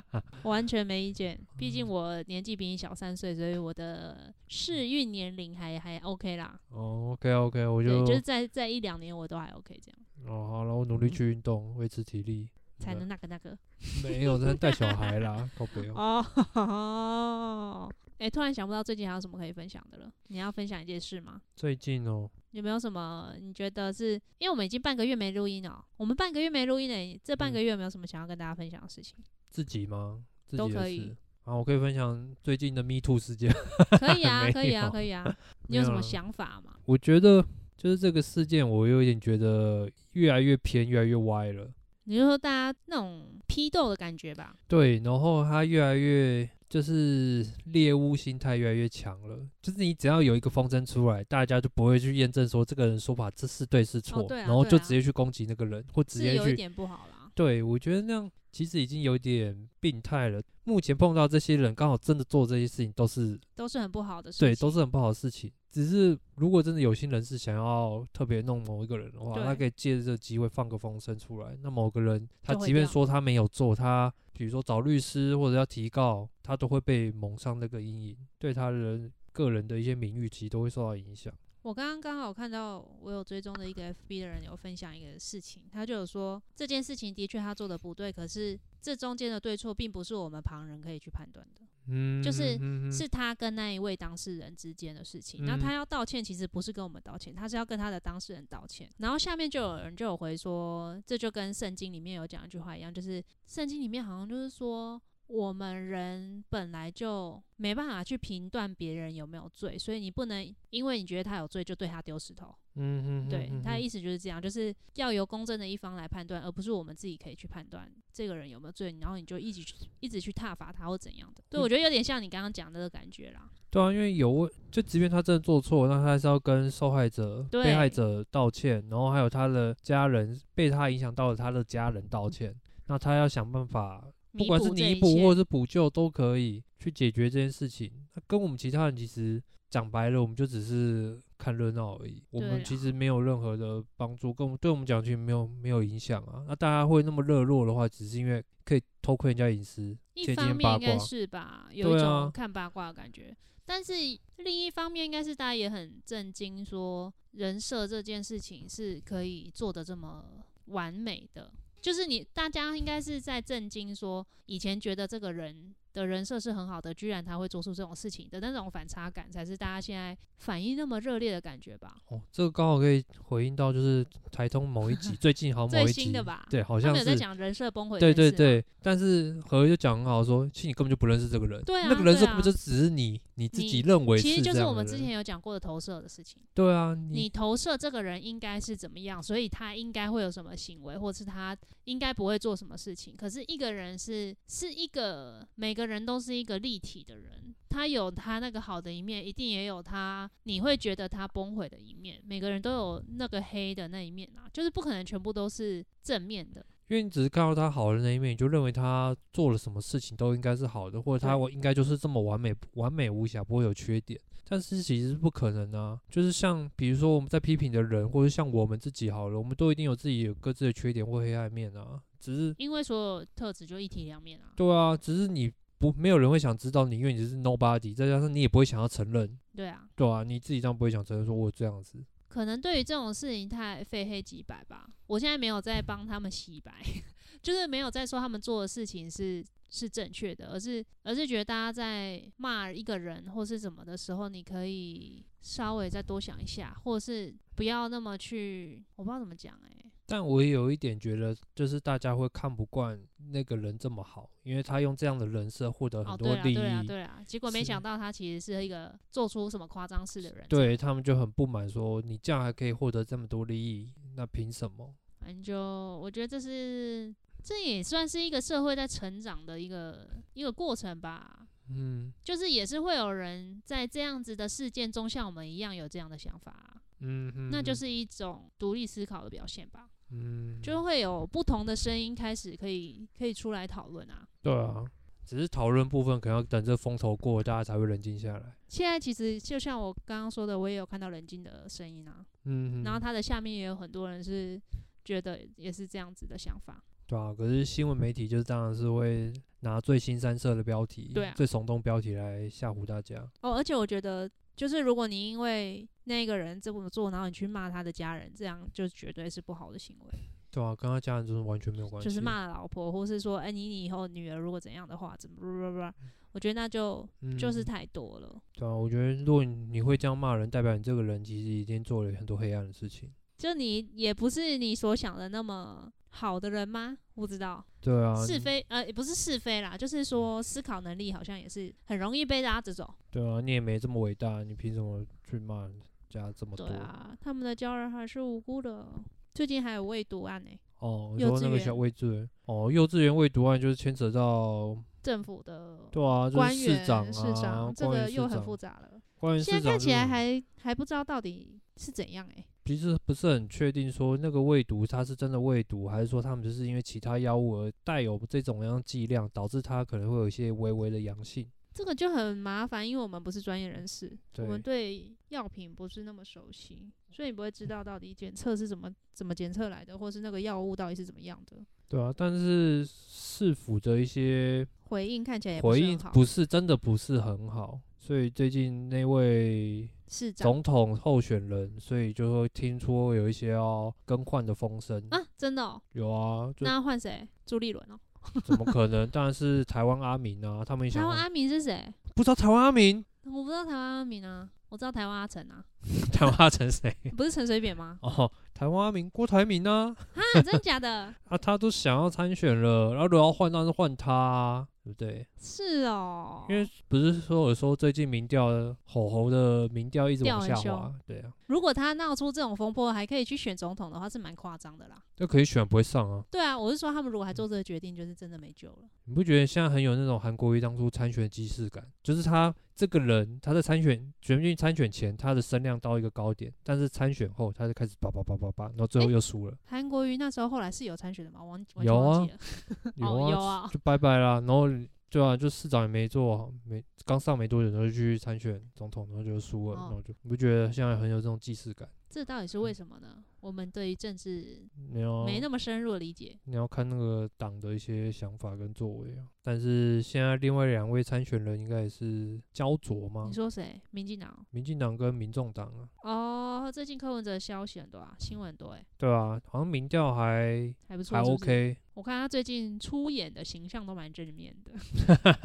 S1: 我完全没意见。毕
S2: 嗯
S1: 竟我年纪比你小三岁，所以我的适孕年龄还还 OK 啦。
S2: 哦，OK OK，我
S1: 对，
S2: 就
S1: 就是在在一两年我都还 OK 这样，
S2: 哦好了，我努力去运动，维持体力。
S1: 才
S2: 对
S1: 能那个那个。
S2: 没有在带小孩啦，靠北
S1: (laughs)
S2: 哦。
S1: 哦，哎、突然想不到最近还有什么可以分享的了。你要分享一件事吗？
S2: 最近哦，
S1: 有没有什么你觉得是因为我们已经半个月没录音了、我们半个月没录音了，这半
S2: 嗯
S1: 个月有没有什么想要跟大家分享的事情？
S2: 自己吗？自
S1: 都
S2: 己的
S1: 可以
S2: 事。啊，我可以分享最近的 Me Too 事件。 (laughs)
S1: 可以啊，
S2: 没
S1: 可以啊，
S2: 有
S1: 可以
S2: (laughs)
S1: 啊。你
S2: 没
S1: 有
S2: 有
S1: 什么
S2: 啦
S1: 想法吗？
S2: 我觉得就是这个事件，我有一点觉得越来越偏，越来越歪了。
S1: 你就说大家那种批斗的感觉吧。
S2: 对，然后他越来越就是猎物心态越来越强了，就是你只要有一个风声出来，大家就不会去验证说这个人说法这是对是错，
S1: 对啊
S2: 然后
S1: 对
S2: 就
S1: 啊
S2: 直接去攻击那个人，或直
S1: 是
S2: 接
S1: 有一
S2: 去。
S1: 点不好啦。
S2: 对，我觉得那样其实已经有点病态了。目前碰到这些人，刚好真的做这些事情都是
S1: 都是很不好的事情。
S2: 对，都是很不好的事情。只是如果真的有心人士想要特别弄某一个人的话，
S1: 对
S2: 他可以借着这个机会放个风声出来。那某个人他
S1: 就会
S2: 即便
S1: 掉
S2: 说他没有做，他比如说找律师或者要提告，他都会被蒙上那个阴影，对他人个人的一些名誉其实都会受到影响。
S1: 我刚刚刚好看到我有追踪的一个 FB 的人有分享一个事情，他就有说这件事情的确他做的不对，可是这中间的对错并不是我们旁人可以去判断的，
S2: 嗯，
S1: 就是
S2: 嗯嗯
S1: 是他跟那一位当事人之间的事情。那
S2: 嗯
S1: 他要道歉，其实不是跟我们道歉，他是要跟他的当事人道歉。然后下面就有人就有回说，这就跟圣经里面有讲一句话一样，就是圣经里面好像就是说。我们人本来就没办法去评断别人有没有罪，所以你不能因为你觉得他有罪就对他丢石头。
S2: 嗯嗯，
S1: 对
S2: 嗯，
S1: 他的
S2: 嗯
S1: 意思就是这样，就是要由公正的一方来判断，而不是我们自己可以去判断这个人有没有罪，然后你就一直去一直去挞伐他或怎样的。
S2: 嗯
S1: 对，我觉得有点像你刚刚讲的那个感觉啦。
S2: 对啊，因为有问，就即便他真的做错，那他还是要跟受害者、被害
S1: 对
S2: 者道歉，然后还有他的家人被他影响到了他的家人道歉，那他要想办法，不
S1: 弥
S2: 管是
S1: 补这
S2: 弥
S1: 一
S2: 补
S1: 切
S2: 或是补救都可以去解决这件事情。那跟我们其他人其实讲白了，我们就只是看热闹而已，我
S1: 对啊
S2: 们其
S1: 啦
S2: 实没有任何的帮助，跟我们对我们讲其实没有没有影响啊。那大家会那么热络的话，只是因为可以偷窥人家隐私，
S1: 一
S2: 借
S1: 方
S2: 鉴
S1: 面
S2: 八
S1: 应该
S2: 卦。
S1: 是吧，有一
S2: 对
S1: 种
S2: 啊
S1: 看八卦的感觉。但是另一方面，应该是大家也很震惊，说人设这件事情是可以做的这么完美的。就是你大家应该是在震惊，说以前觉得这个人的人设是很好的，居然他会做出这种事情的那种反差感，才是大家现在反应那么热烈的感觉吧？
S2: 哦，这个刚好可以回应到就是台通某一
S1: (laughs)
S2: 集，最近好像
S1: 最
S2: 某一集
S1: 新的吧
S2: 对，好
S1: 他
S2: 像
S1: 们有在
S2: 是，
S1: 讲人设崩毁，
S2: 对对，对。但是何就讲很好说，其实你根本就不认识这个人，
S1: 对啊
S2: 那个人
S1: 对
S2: 是根本
S1: 啊
S2: 就只是你你自
S1: 你
S2: 己认为
S1: 其实
S2: 是
S1: 就
S2: 这
S1: 是我
S2: 样的
S1: 们
S2: 人。
S1: 之前有讲过的投射的事情。
S2: 对啊，
S1: 你
S2: 你
S1: 投射这个人应该是怎么样，所以他应该会有什么行为，或是他应该不会做什么事情。可是一个人是是一个每个人都是一个立体的人，他有他那个好的一面，一定也有他你会觉得他崩毁的一面。每个人都有那个黑的那一面啊，就是不可能全部都是正面的。
S2: 因为你只是看到他好的那一面，你就认为他做了什么事情都应该是好的，或者他我应该就是这么完美、完美无瑕，不会有缺点。但是其实是不可能啊，就是像比如说我们在批评的人，或者像我们自己好了，我们都一定有自己有各自的缺点或黑暗面啊，只是
S1: 因为所有特质就一体两面啊。
S2: 对啊，只是你不没有人会想知道你，因为你是 nobody，再加上你也不会想要承认，
S1: 对啊，
S2: 对啊，你自己这样不会想承认说我这样子，
S1: 可能对于这种事情太非黑即白吧。我现在没有在帮他们洗白， (laughs) 就是没有在说他们做的事情是是正确的，而是而是觉得大家在骂一个人或是怎么的时候，你可以稍微再多想一下，或者是不要那么去，我不知道怎么讲哎、
S2: 但我也有一点觉得，就是大家会看不惯那个人这么好，因为他用这样的人设获得
S1: 哦，
S2: 很
S1: 对
S2: 多
S1: 啦，
S2: 利益，
S1: 对啦，对啊啦，结果没
S2: 是
S1: 想到他其实是一个做出什么夸张事的人。
S2: 对他们就很不满，说你这样还可以获得这么多利益，那凭什么？
S1: 反正就我觉得这是这也算是一个社会在成长的一个一个过程吧。
S2: 嗯
S1: 就是也是会有人在这样子的事件中像我们一样有这样的想法啊、
S2: 嗯哼，
S1: 那就是一种独立思考的表现吧。
S2: 嗯，
S1: 就会有不同的声音开始可以可以出来讨论啊。
S2: 对啊，只是讨论部分可能要等这风头过了，大家才会冷静下来。
S1: 现在其实就像我刚刚说的，我也有看到冷静的声音啊，
S2: 嗯哼，
S1: 然后他的下面也有很多人是觉得也是这样子的想法。
S2: 对啊，可是新闻媒体就是当然是会拿最新三色的标题，
S1: 对啊
S2: 最耸动标题来吓唬大家。
S1: 哦，而且我觉得，就是如果你因为那个人这么做，然后你去骂他的家人，这样就绝对是不好的行为，
S2: 对啊，跟他家人就是完全没有关系，
S1: 就是骂老婆，或是说，哎、你你以后女儿如果怎样的话，怎么不不不，我觉得那就
S2: 嗯，
S1: 就是太多了。
S2: 对啊，我觉得如果你你会这样骂人，代表你这个人其实已经做了很多黑暗的事情。
S1: 就你也不是你所想的那么好的人吗？不知道
S2: 对啊，
S1: 是
S2: 你
S1: 非呃，也不是是非啦，就是
S2: 嗯
S1: 说思考能力好像也是很容易被拉着走。
S2: 对啊，你也没这么伟大，你凭什么去骂人家这么多
S1: 对？啊，他们的家人还是无辜的。最近还有未读案呢、
S2: 哦，你
S1: 幼
S2: 说
S1: 稚
S2: 那个
S1: 园
S2: 小未稚园，哦，幼稚园未读案就是牵扯到，
S1: 政府的
S2: 对啊，就是
S1: 官员、
S2: 市长啊，
S1: 市长这
S2: 官员
S1: 个
S2: 市
S1: 又很
S2: 长
S1: 复杂了。
S2: 官员市
S1: 现在
S2: 长
S1: 看
S2: 就
S1: 起来
S2: 很
S1: 还还不知道到底是怎样哎、
S2: 其实不是很确定说那个未毒他是真的未毒，还是说他们就是因为其他药物而带有这种样剂量，导致它可能会有一些微微的阳性。
S1: 这个就很麻烦，因为我们不是专业人士，我
S2: 对，
S1: 们对药品不是那么熟悉，所以你不会知道到底检测是怎么怎么检测来的，或是那个药物到底是怎么样的。
S2: 对啊，但是市府的一些
S1: 回应看起来也不
S2: 回
S1: 是
S2: 应
S1: 很好，
S2: 不是真的不是很好，所以最近那位
S1: 市长
S2: 总统候选人，所以就会听说有一些要更换的风声。
S1: 啊，真的、哦？
S2: 有啊，就
S1: 那要换谁？朱立伦哦。
S2: 怎么可能？当然是台湾阿明啊，他们也想
S1: 台湾
S2: 换
S1: 阿明是谁？
S2: 不知道台湾阿明， (laughs)
S1: 我不知道台湾阿明啊，我知道台湾阿成啊，
S2: 台湾阿成谁？？
S1: 不是陈水扁吗
S2: (laughs) 哦，台湾阿明郭台铭啊，
S1: 啊，真的假的？
S2: 啊，他都想要参选了，然后如果要换，当然是换他、啊，对不对？
S1: 是哦，
S2: 因为不是说有说最近民调吼吼的民调一直往下
S1: 掉
S2: 滑
S1: 很，
S2: 对啊，
S1: 如果他闹出这种风波，还可以去选总统的话，是蛮夸张的啦。
S2: 那可以选不会上啊。
S1: 对啊，我是说他们如果还做这个决定，就是真的没救了。
S2: 你不觉得现在很有那种韩国瑜当初参选的既视感？就是他这个人，他在参选选进参选前，他的声量到一个高点，但是参选后，他就开始叭叭叭叭叭，然后最后
S1: 诶
S2: 又输了。
S1: 韩国瑜那时候后来是有参选的吗？我忘完全
S2: 有啊
S1: 忘记了。哦，有啊，
S2: 就拜拜啦。然后对啊，就市长也没做好，没刚上没多久，然后就去参选总统，然后就输了，
S1: 哦
S2: 然后就你不觉得现在很有这种既视感？
S1: 这到底是为什么呢？我们对于政治
S2: 你要
S1: 没那么深入的理解。
S2: 你要看那个党的一些想法跟作为啊。但是现在另外两位参选人应该也是焦灼吗
S1: 你？说谁？民进党
S2: 民进党跟民众党啊，
S1: 哦，最近柯文哲的消息很多啊，新闻很多哎、
S2: 对啊，好像民调还
S1: 还不错，
S2: 还
S1: 是不是
S2: OK，
S1: 我看他最近出演的形象都蛮正面的， (laughs)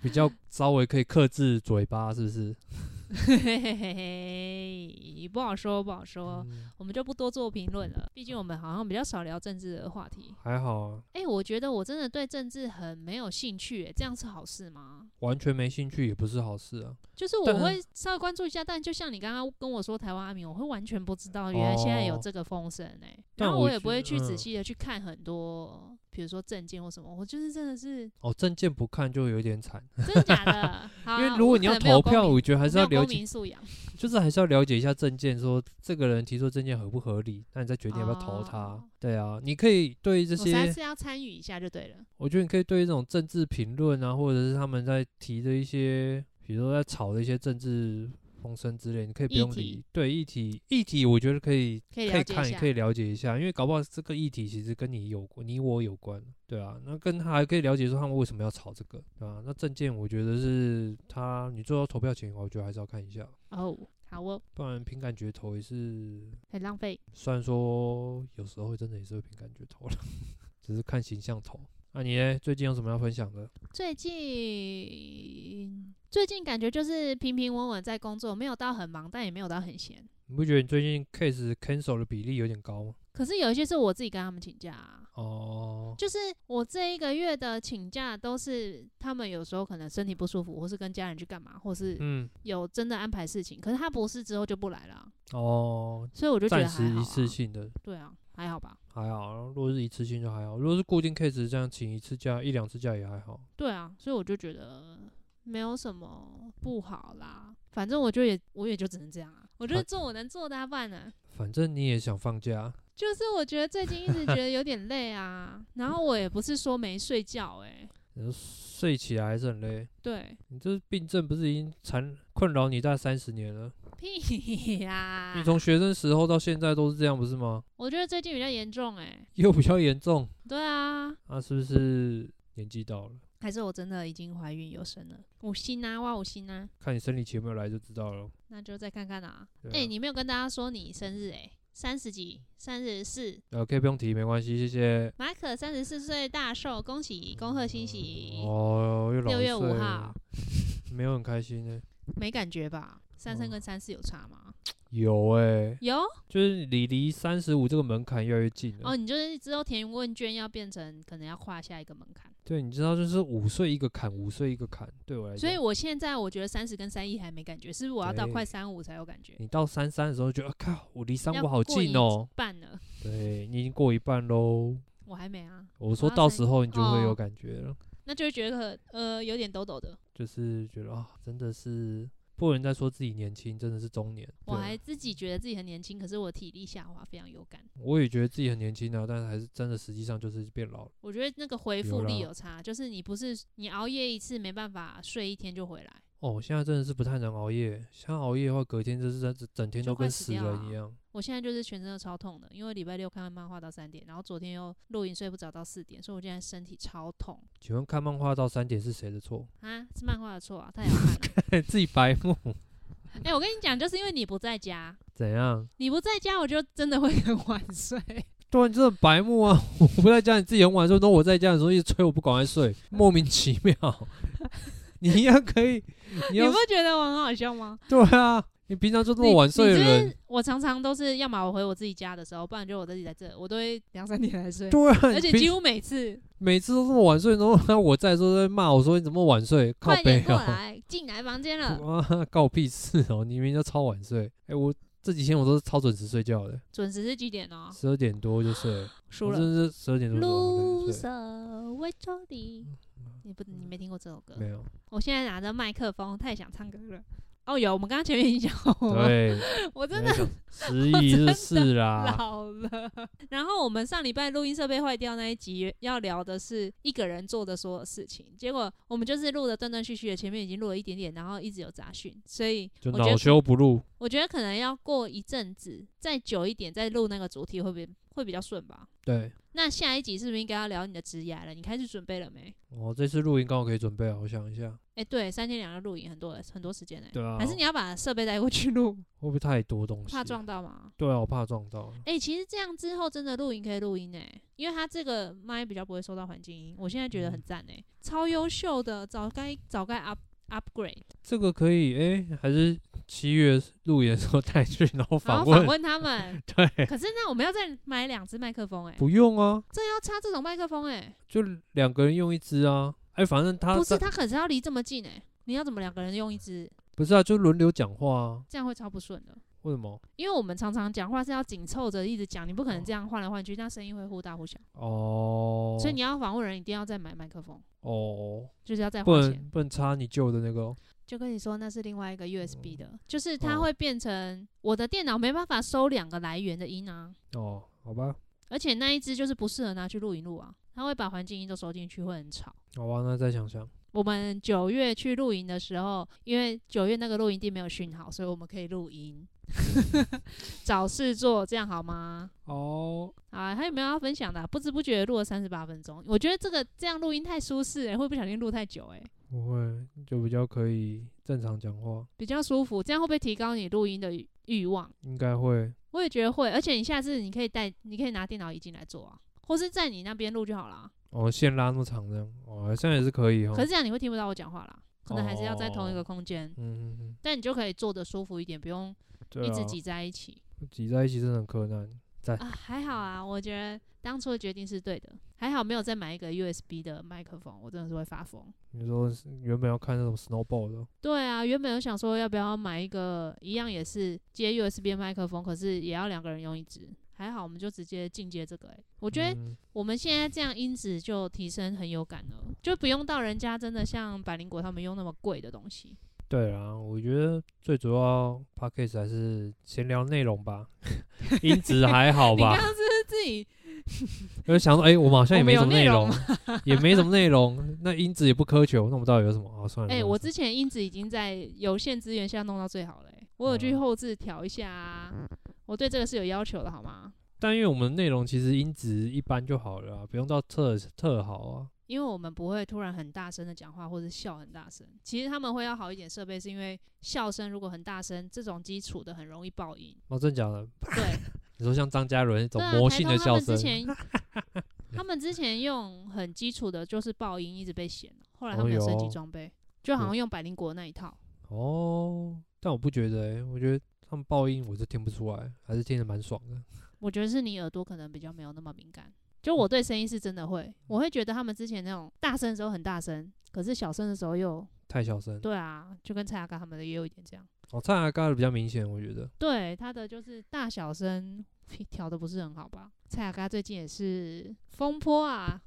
S2: 比较稍微可以克制嘴巴，是不是？
S1: 嘿嘿嘿嘿，不好说，不好说，
S2: 嗯
S1: 我们就不多做评论了。毕竟我们好像比较少聊政治的话题。
S2: 还好啊，
S1: 哎、我觉得我真的对政治很没有兴趣、欸，这样是好事吗？
S2: 完全没兴趣也不是好事啊。
S1: 就是我
S2: 但
S1: 会稍微关注一下，但就像你刚刚跟我说台湾阿明，我会完全不知道原来现在有
S2: 哦
S1: 这个风声哎、
S2: 但
S1: 然后
S2: 我
S1: 我也
S2: 觉
S1: 不会
S2: 得
S1: 去仔
S2: 嗯
S1: 细的去看很多，比如说证件或什么，我就是真的是
S2: 哦，证件不看就有点惨。
S1: 真的假的？好啊啊
S2: (laughs) 因为如果
S1: 我
S2: 你
S1: 可
S2: 要
S1: 能没有
S2: 投
S1: 公
S2: 票，
S1: 民
S2: 我觉得还
S1: 我
S2: 是
S1: 没
S2: 要
S1: 有
S2: 了
S1: 公
S2: 解，
S1: 民素养，
S2: 就是还是要了解一下证件，说这个人提出证件合不合理，那你再决定要不要投他。
S1: 哦
S2: 对啊，你可以对这
S1: 我下
S2: 些，
S1: 次要参与一下就对了。
S2: 我觉得你可以对这种政治评论啊，或者是他们在提的一些，比如说在炒的一些政治风声之类，你可以不
S1: 议
S2: 用
S1: 题
S2: 理。对议题，议题我觉得可以
S1: 可以
S2: 可
S1: 了
S2: 以
S1: 解一
S2: 看，也
S1: 下
S2: 可以了解一下，因为搞不好这个议题其实跟你有关，你我有关，对啊，那跟他还可以了解说他们为什么要炒这个，对吧、啊那证件我觉得是他，你做到投票前，我觉得还是要看一下，
S1: 哦，好哦，
S2: 不然凭感觉投也是，
S1: 很浪费。
S2: 虽然说有时候真的也是会凭感觉投了，只是看形象投。那、你呢？最近有什么要分享的？
S1: 最近最近感觉就是平平稳稳在工作，没有到很忙，但也没有到很闲。
S2: 你不觉得你最近 case cancel 的比例有点高吗？
S1: 可是有一些是我自己跟他们请假、啊，
S2: 哦，
S1: 就是我这一个月的请假都是他们有时候可能身体不舒服，或是跟家人去干嘛，或是
S2: 嗯，
S1: 有真的安排事情。可是他博士之后就不来了啊、
S2: 哦，
S1: 所以我就觉
S2: 暂
S1: 得还
S2: 时
S1: 好、
S2: 一
S1: 啊。
S2: 次性的，
S1: 对啊，还好吧。
S2: 还好，如果是一次性就还好，如果是固定 case 这样请一次假、一两次假也还好。
S1: 对啊，所以我就觉得没有什么不好啦。反正我就也我也就只能这样啊，我就是
S2: 啊
S1: 做我能做的、啊，不然呢、
S2: 反正你也想放假，
S1: 就是我觉得最近一直觉得有点累啊，然后我也不是说没睡觉诶、
S2: 你说睡起来还是很累。
S1: 对，
S2: 你这病症不是已经缠困扰你大概三十年了？
S1: 屁呀、
S2: 你从学生时候到现在都是这样，不是吗？
S1: 我觉得最近比较严重诶、
S2: 又比较严重，
S1: 对啊，
S2: 那、是不是年纪到了？
S1: 还是我真的已经怀孕有生了，五星啊，哇五星啊，
S2: 看你生理期有没有来就知道了。
S1: 那就再看看啦、
S2: 对啊
S1: 诶、哎你没有跟大家说你生日诶、欸三十几，三十四，
S2: 呃，可以不用提，没关系，谢谢。
S1: 马可三十四岁大寿，恭喜恭贺新喜。
S2: 哦，又老
S1: 六
S2: 一
S1: 月五
S2: 岁了
S1: 号，
S2: 没有很开心呢、
S1: 没感觉吧？三三
S2: 哦
S1: 跟三四有差吗？
S2: 有哎、
S1: 有
S2: 就是你离三十五这个门槛越来越近了。
S1: 哦，你就是之后填问卷要变成可能要跨下一个门槛，
S2: 对，你知道，就是五岁一个坎，五岁一个坎，对我来讲。
S1: 所以我现在我觉得三十跟三一还没感觉，是不是我要到
S2: 哎对
S1: 快三五才有感觉？
S2: 你到三三的时候，觉得、啊、靠，我离三
S1: 要
S2: 五好
S1: 过
S2: 近
S1: 一
S2: 哦。
S1: 半了，
S2: 对你已经过一半喽。
S1: 我还没啊，
S2: 我说
S1: 啊
S2: 到
S1: 所以
S2: 时候你就会有
S1: 哦
S2: 感觉了，
S1: 那就会觉得呃有点抖抖的。
S2: 就是觉得啊，真的是不能再说自己年轻，真的是中年。
S1: 我
S2: 对
S1: 还自己觉得自己很年轻，可是我体力下滑非常有感。
S2: 我也觉得自己很年轻啊，但是还是真的实际上就是变老了。
S1: 我觉得那个恢复力
S2: 有啦
S1: 有差，就是你不是你熬夜一次没办法睡一天就回来，
S2: 哦，现在真的是不太能熬夜，像熬夜的话，隔天就是整整天
S1: 就
S2: 都
S1: 快
S2: 跟
S1: 死
S2: 死
S1: 掉
S2: 人
S1: 啊
S2: 一样。
S1: 我现在就是全身都超痛的，因为礼拜六看漫画到三点，然后昨天又录影睡不着到四点，所以我现在身体超痛
S2: 请问看漫画到三点是谁的错？ (laughs)
S1: 啊！是漫画的错啊，太好看了。
S2: 自己白目， (laughs)
S1: 哎、我跟你讲，就是因为你不在家，
S2: 怎样？
S1: 你不在家，我就真的会很晚睡。
S2: 对啊，你真的很白目啊！ (laughs) 我不在家，你自己很晚睡，那我在家的时候一直催我不赶快睡，莫名其妙。
S1: (laughs)
S2: 你一样可以，你
S1: 你
S2: 要
S1: 不觉得我很好笑吗？
S2: 对啊，你平常就这么晚睡的
S1: 你
S2: 人
S1: 你，我常常都是要么我回我自己家的时候，不然就我自己在这，我都会两三点才睡。
S2: 对啊，
S1: 而且
S2: 你
S1: 几
S2: 平
S1: 乎每次
S2: 每次都这么晚睡，然后我在的时候在骂我说你怎么晚睡，靠
S1: 快
S2: 背
S1: 点过
S2: 啊，
S1: 来，进来房间
S2: (laughs)
S1: 了，哦
S2: 啊，告屁事哦，你明明就超晚睡。哎、我这几天我都是超准时睡觉的，
S1: 准时是几点哦？啊
S2: 十二点多就睡了，
S1: 输
S2: 我
S1: 了
S2: 真。的是十二点多就睡。
S1: Loser，为着你，你不，你没听过这首歌？
S2: 没有，
S1: 我现在拿着麦克风，太想唱歌了。哦，有，我们刚刚前面已经讲过了，
S2: 对，
S1: 我真
S2: 没啊
S1: 的
S2: 有时
S1: (laughs)
S2: 移日是啦。
S1: 老了。然后我们上礼拜录音设备坏掉那一集要聊的是一个人做的所有事情，结果我们就是录的断断续续的，前面已经录了一点点，然后一直有杂讯，所以
S2: 就
S1: 我觉
S2: 恼
S1: 得
S2: 羞不入，
S1: 我觉得可能要过一阵子，再久一点再录那个主题会比会比较顺吧。
S2: 对，
S1: 那下一集是不是应该要聊你的职涯了？你开始准备了没？
S2: 我哦这次录音刚好可以准备好，啊我想一下，
S1: 哎、对，三天两夜录影很多很多时间哎、
S2: 对啊
S1: 还是你要把设备带过去录，
S2: 会不会太多东西？
S1: 怕撞。到吗？
S2: 对啊，我怕撞到。
S1: 哎、其实这样之后真的录音可以录音哎、因为它这个麦比较不会收到环境音，我现在觉得
S2: 嗯
S1: 很赞哎、超优秀的，早该早该 up upgrade，
S2: 这个可以，哎、还是七月录影的时候带去，然后
S1: 然
S2: 访
S1: 后访
S2: 问。。
S1: 问他们
S2: (laughs) 对，
S1: 可是那我们要再买两只麦克风哎、
S2: 不用啊，
S1: 这要插这种麦克风哎、
S2: 就两个人用一支啊。哎、反正他
S1: 不是
S2: 在
S1: 它可是要离这么近哎、你要怎么两个人用一支，
S2: 不是啊，就轮流讲话啊。
S1: 这样会超不顺的。
S2: 为什么？
S1: 因为我们常常讲话是要紧凑着一直讲，你不可能
S2: 哦
S1: 这样换来换去，那声音会忽大忽小。
S2: 哦，
S1: 所以你要访问人，一定要再买麦克风，
S2: 哦，
S1: 就是要再花
S2: 不
S1: 钱。
S2: 能不能插你旧的那个哦、
S1: 就跟你说那是另外一个 USB 的，
S2: 哦
S1: 就是它会变成我的电脑没办法收两个来源的音啊，
S2: 哦，好吧，
S1: 而且那一只就是不适合拿去录影录啊，它会把环境音都收进去，会很吵。
S2: 好吧，那再想想。
S1: 我们九月去露营的时候，因为九月那个露营地没有讯号，所以我们可以露营，
S2: 嗯
S1: (laughs) 找事做，这样好吗？
S2: 哦，
S1: 好啊，还有没有要分享的啊、不知不觉录了三十八分钟，我觉得这个这样录音太舒适、欸，会不小心录太久、欸，
S2: 不会，就比较可以正常讲话，
S1: 比较舒服。这样会不会提高你录音的欲欲望？
S2: 应该会。
S1: 我也觉得会，而且你下次你可以带，你可以拿电脑椅进来做啊，或是在你那边录就好啦。
S2: 哦，线拉那么长这样，哦，好像也是可以哦。
S1: 可是这样你会听不到我讲话啦，可能还是要在同一个空间，
S2: 嗯嗯嗯，
S1: 但你就可以坐得舒服一点，不用
S2: 对
S1: 一
S2: 啊
S1: 直，挤在一起。
S2: 挤在一起真的很困难。
S1: (laughs) 啊，还好啊，我觉得当初的决定是对的，还好没有再买一个 USB 的麦克风，我真的是会发疯。
S2: 你说是原本要看那种 snowball 的，
S1: 对啊，原本有想说要不要买一个一样也是接 USB 的麦克风，可是也要两个人用一支。还好我们就直接进阶这个、欸，我
S2: 我
S1: 觉得我们现在这样音质就提升很有感了，就不用到人家真的像百灵果他们用那么贵的东西。
S2: 对啊，我觉得最主要 podcast 还是闲聊内容吧， (laughs) 音质还好
S1: 你刚
S2: 吧
S1: 刚。是不是自己
S2: 因为想说，哎、我们好像也
S1: 我们
S2: 没
S1: 有
S2: 什么
S1: 内容
S2: 容，也没什么内容，那音质也不苛求，那我们到底有什么？啊，算了。
S1: 哎、
S2: 算了
S1: 我之前音质已经在有限资源下弄到最好了、欸，我有去
S2: 嗯
S1: 后置调一下、啊，我对这个是有要求的，好吗？
S2: 但因为我们内容其实音质一般就好了、啊，不用到特特好啊。
S1: 因为我们不会突然很大声的讲话或者笑很大声，其实他们会要好一点设备，是因为笑声如果很大声，这种基础的很容易爆音。
S2: 哦，真的假的？ (laughs)
S1: 对，
S2: 你说像张嘉伦那种
S1: 对啊，
S2: 魔
S1: 台
S2: 性
S1: 东
S2: 的
S1: 他
S2: 笑
S1: 们之
S2: 声，
S1: 前
S2: (laughs)
S1: 他们之前用很基础的就是爆音，一直被嫌了，后来他
S2: 哦
S1: 们有
S2: 哟
S1: 升级装备，就好像
S2: 对
S1: 用百灵果那一套。
S2: 哦，但我不觉得、欸，我觉得他们爆音我是听不出来，还是听得蛮爽的。
S1: 我觉得是你耳朵可能比较没有那么敏感。就我对声音是真的会，我会觉得他们之前那种大声的时候很大声，可是小声的时候又
S2: 太小声，
S1: 对啊，就跟蔡雅刚他们的也有一点这样。
S2: 哦，蔡阿嘎的比较明显，我觉
S1: (laughs)
S2: 得。
S1: 对，他的就是大小声调的不是很好吧？蔡雅刚最近也是风波啊，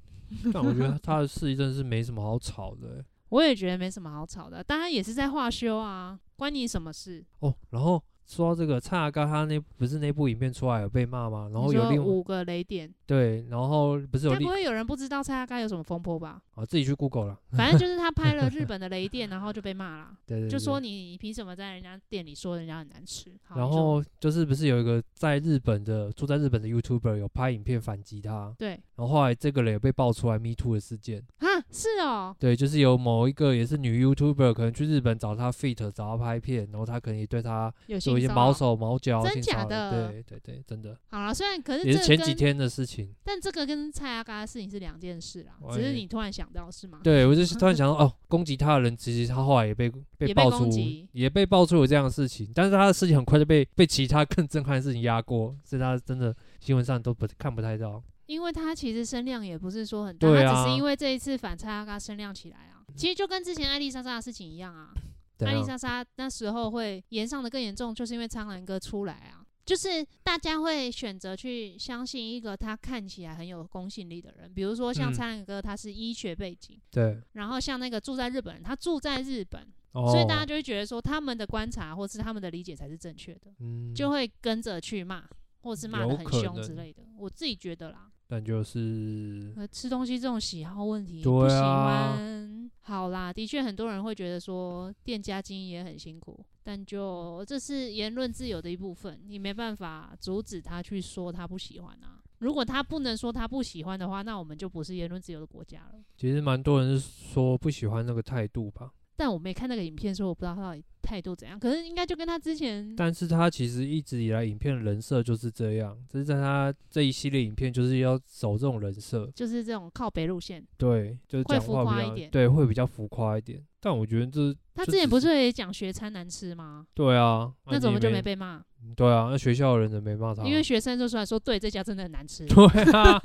S2: 但我觉得他的事真的是没什么好吵的、欸。
S1: 我也觉得没什么好吵的，当然也是在话修啊，关你什么事？
S2: 哦，然后说到这个蔡阿嘎，他那不是那部影片出来有被骂吗？然后
S1: 你
S2: 哦有
S1: 说
S2: 另外
S1: 五个雷点，
S2: 对，然后不是有
S1: 该不
S2: 另
S1: 会有人不知道蔡雅刚有什么风波吧？
S2: 啊自己去 Google 了，
S1: 反正就是他拍了日本的雷电，然后就被骂啦。
S2: 对 (laughs) 对对，
S1: 就说你凭什么在人家店里说人家很难吃？好
S2: 然
S1: 你说
S2: 后就是不是有一个在日本的住在日本的 YouTuber 有拍影片反击他，
S1: 对
S2: 然后后来这个人也被爆出来 Me Too 的事件，
S1: 啊，是哦，
S2: 对，就是有某一个也是女 YouTuber 可能去日本找他 fit 找他拍片，然后他可能也对他
S1: 有
S2: 有
S1: 性
S2: 一些
S1: 骚
S2: 毛
S1: 扰。
S2: 手毛脚
S1: 真
S2: 性
S1: 假
S2: 骚扰
S1: 的
S2: 对对对，真的
S1: 好了，虽然可是
S2: 也
S1: 这
S2: 是
S1: 个
S2: 前几
S1: 跟
S2: 天的事情。
S1: 但这个跟蔡阿嘎的事情是两件事啦，
S2: 我
S1: 只是
S2: 也
S1: 你突然想到是吗？
S2: 对，我就是突
S1: (laughs)
S2: 然想到，哦，攻击他的人，其实他后来也被
S1: 也
S2: 被
S1: 被
S2: 爆
S1: 攻
S2: 出
S1: 击，
S2: 也被爆出有这样的事情，但是他的事情很快就被被其他更震撼的事情压过，所以他真的新闻上都不看不太到。
S1: 因为他其实声量也不是说很大，
S2: 对
S1: 他只
S2: 啊
S1: 是因为这一次反蔡阿嘎声量起来啊。其实就跟之前艾丽莎莎的事情一样啊，
S2: 怎
S1: 艾丽
S2: 样？
S1: 莎莎那时候会延上的更严重，就是因为苍兰哥出来啊，就是大家会选择去相信一个他看起来很有公信力的人，比如说像
S2: 嗯
S1: 苍兰哥，他是医学背景，
S2: 对，
S1: 然后像那个住在日本人，他住在日本，
S2: 哦、
S1: 所以大家就会觉得说他们的观察或是他们的理解才是正确的，
S2: 嗯，
S1: 就会跟着去骂，或是骂
S2: 有
S1: 得很
S2: 可
S1: 凶之
S2: 能
S1: 类的。我自己觉得啦，
S2: 但就是
S1: 呃，吃东西这种喜好问题，
S2: 对
S1: 不喜
S2: 啊
S1: 欢。好啦，的确很多人会觉得说店家经营也很辛苦，但就这是言论自由的一部分，你没办法阻止他去说他不喜欢啊。如果他不能说他不喜欢的话，那我们就不是言论自由的国家了。
S2: 其实蛮多人是说不喜欢那个态度吧，
S1: 但我没看那个影片，所以我不知道他到底态度怎样。可是应该就跟他之前
S2: 但是他其实一直以来影片的人设就是这样，只是在他这一系列影片就是要走这种人设，
S1: 就是这种靠北路线。
S2: 对，就是
S1: 会
S2: 讲
S1: 浮
S2: 话
S1: 夸
S2: 比
S1: 一
S2: 较
S1: 点
S2: 对，会比较浮夸一点。但我觉得这
S1: 他
S2: 就
S1: 之前
S2: 只
S1: 不
S2: 是
S1: 是也讲学餐难吃吗？
S2: 对啊，啊
S1: 那怎
S2: 你
S1: 么就
S2: 没
S1: 没被骂？
S2: 对啊，那学校的人怎么没骂他？
S1: 因为学生就出来说，对这家真的很
S2: (laughs)
S1: 难吃。 (laughs)
S2: 对啊，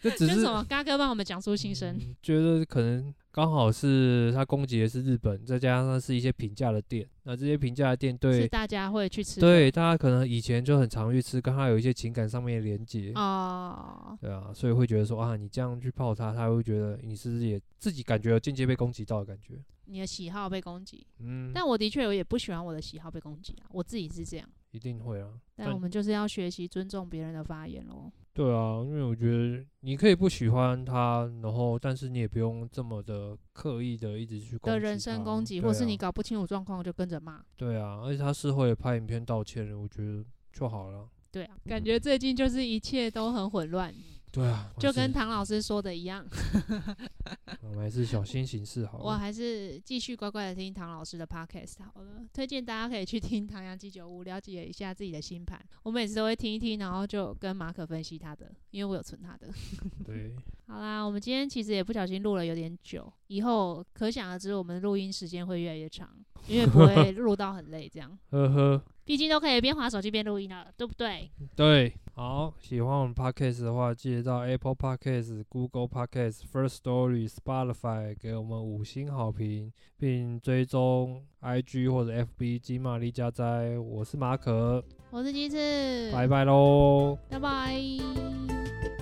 S2: 这
S1: 就是
S2: 只是嗯
S1: 什么？嘎哥帮我们讲出心声。
S2: 嗯觉得可能刚好是他攻击的是日本，再加上是一些平价的店，那这些平价的店
S1: 是
S2: 对
S1: 大家会去吃的
S2: 对大家可能以前就很常去吃，跟他有一些情感上面的连接。
S1: 哦，
S2: 对啊，所以会觉得说啊，你这样去泡他，他会觉得你是不是也自己感觉有间接被攻击到的感觉。
S1: 你的喜好被攻击，
S2: 嗯，
S1: 但我的确我也不喜欢我的喜好被攻击啊，我自己是这样。
S2: 一定会啊。
S1: 但我们就是要学习尊重别人的发言咯。
S2: 对啊，因为我觉得你可以不喜欢他，然后但是你也不用这么的刻意的一直去攻
S1: 的
S2: 击
S1: 人身
S2: 他
S1: 攻击，
S2: 对
S1: 或是
S2: 啊
S1: 你搞不清楚状况就跟着骂。
S2: 对啊，而且他事后也拍影片道歉了，我觉得就好了。
S1: 对啊，感觉最近就是一切都很混乱，
S2: 对啊，
S1: 就跟唐老师说的一样。
S2: 我们还是小心行事好
S1: 我
S2: 了。
S1: 还是继续乖乖的听唐老师的 podcast 好了，推荐大家可以去听唐阳鸡酒屋，了解一下自己的星盘。我每次都会听一听，然后就跟马可分析他的，因为我有存他的。
S2: 对，
S1: 好啦，我们今天其实也不小心录了有点久，以后可想而知，我们录音时间会越来越长，因为不
S2: (laughs)
S1: 会录到很累这样。
S2: 呵呵，
S1: 毕竟都可以边划手机边录音了，对不对？
S2: 对，好，喜欢我们 podcast 的话，记得到 Apple Podcast、Google Podcast、First Story、Spotify 给我们五星好评，并追踪 IG 或者 FB 金玛丽家哉。我是马可，
S1: 嗯我是鸡翅，
S2: 拜拜喽。
S1: 拜拜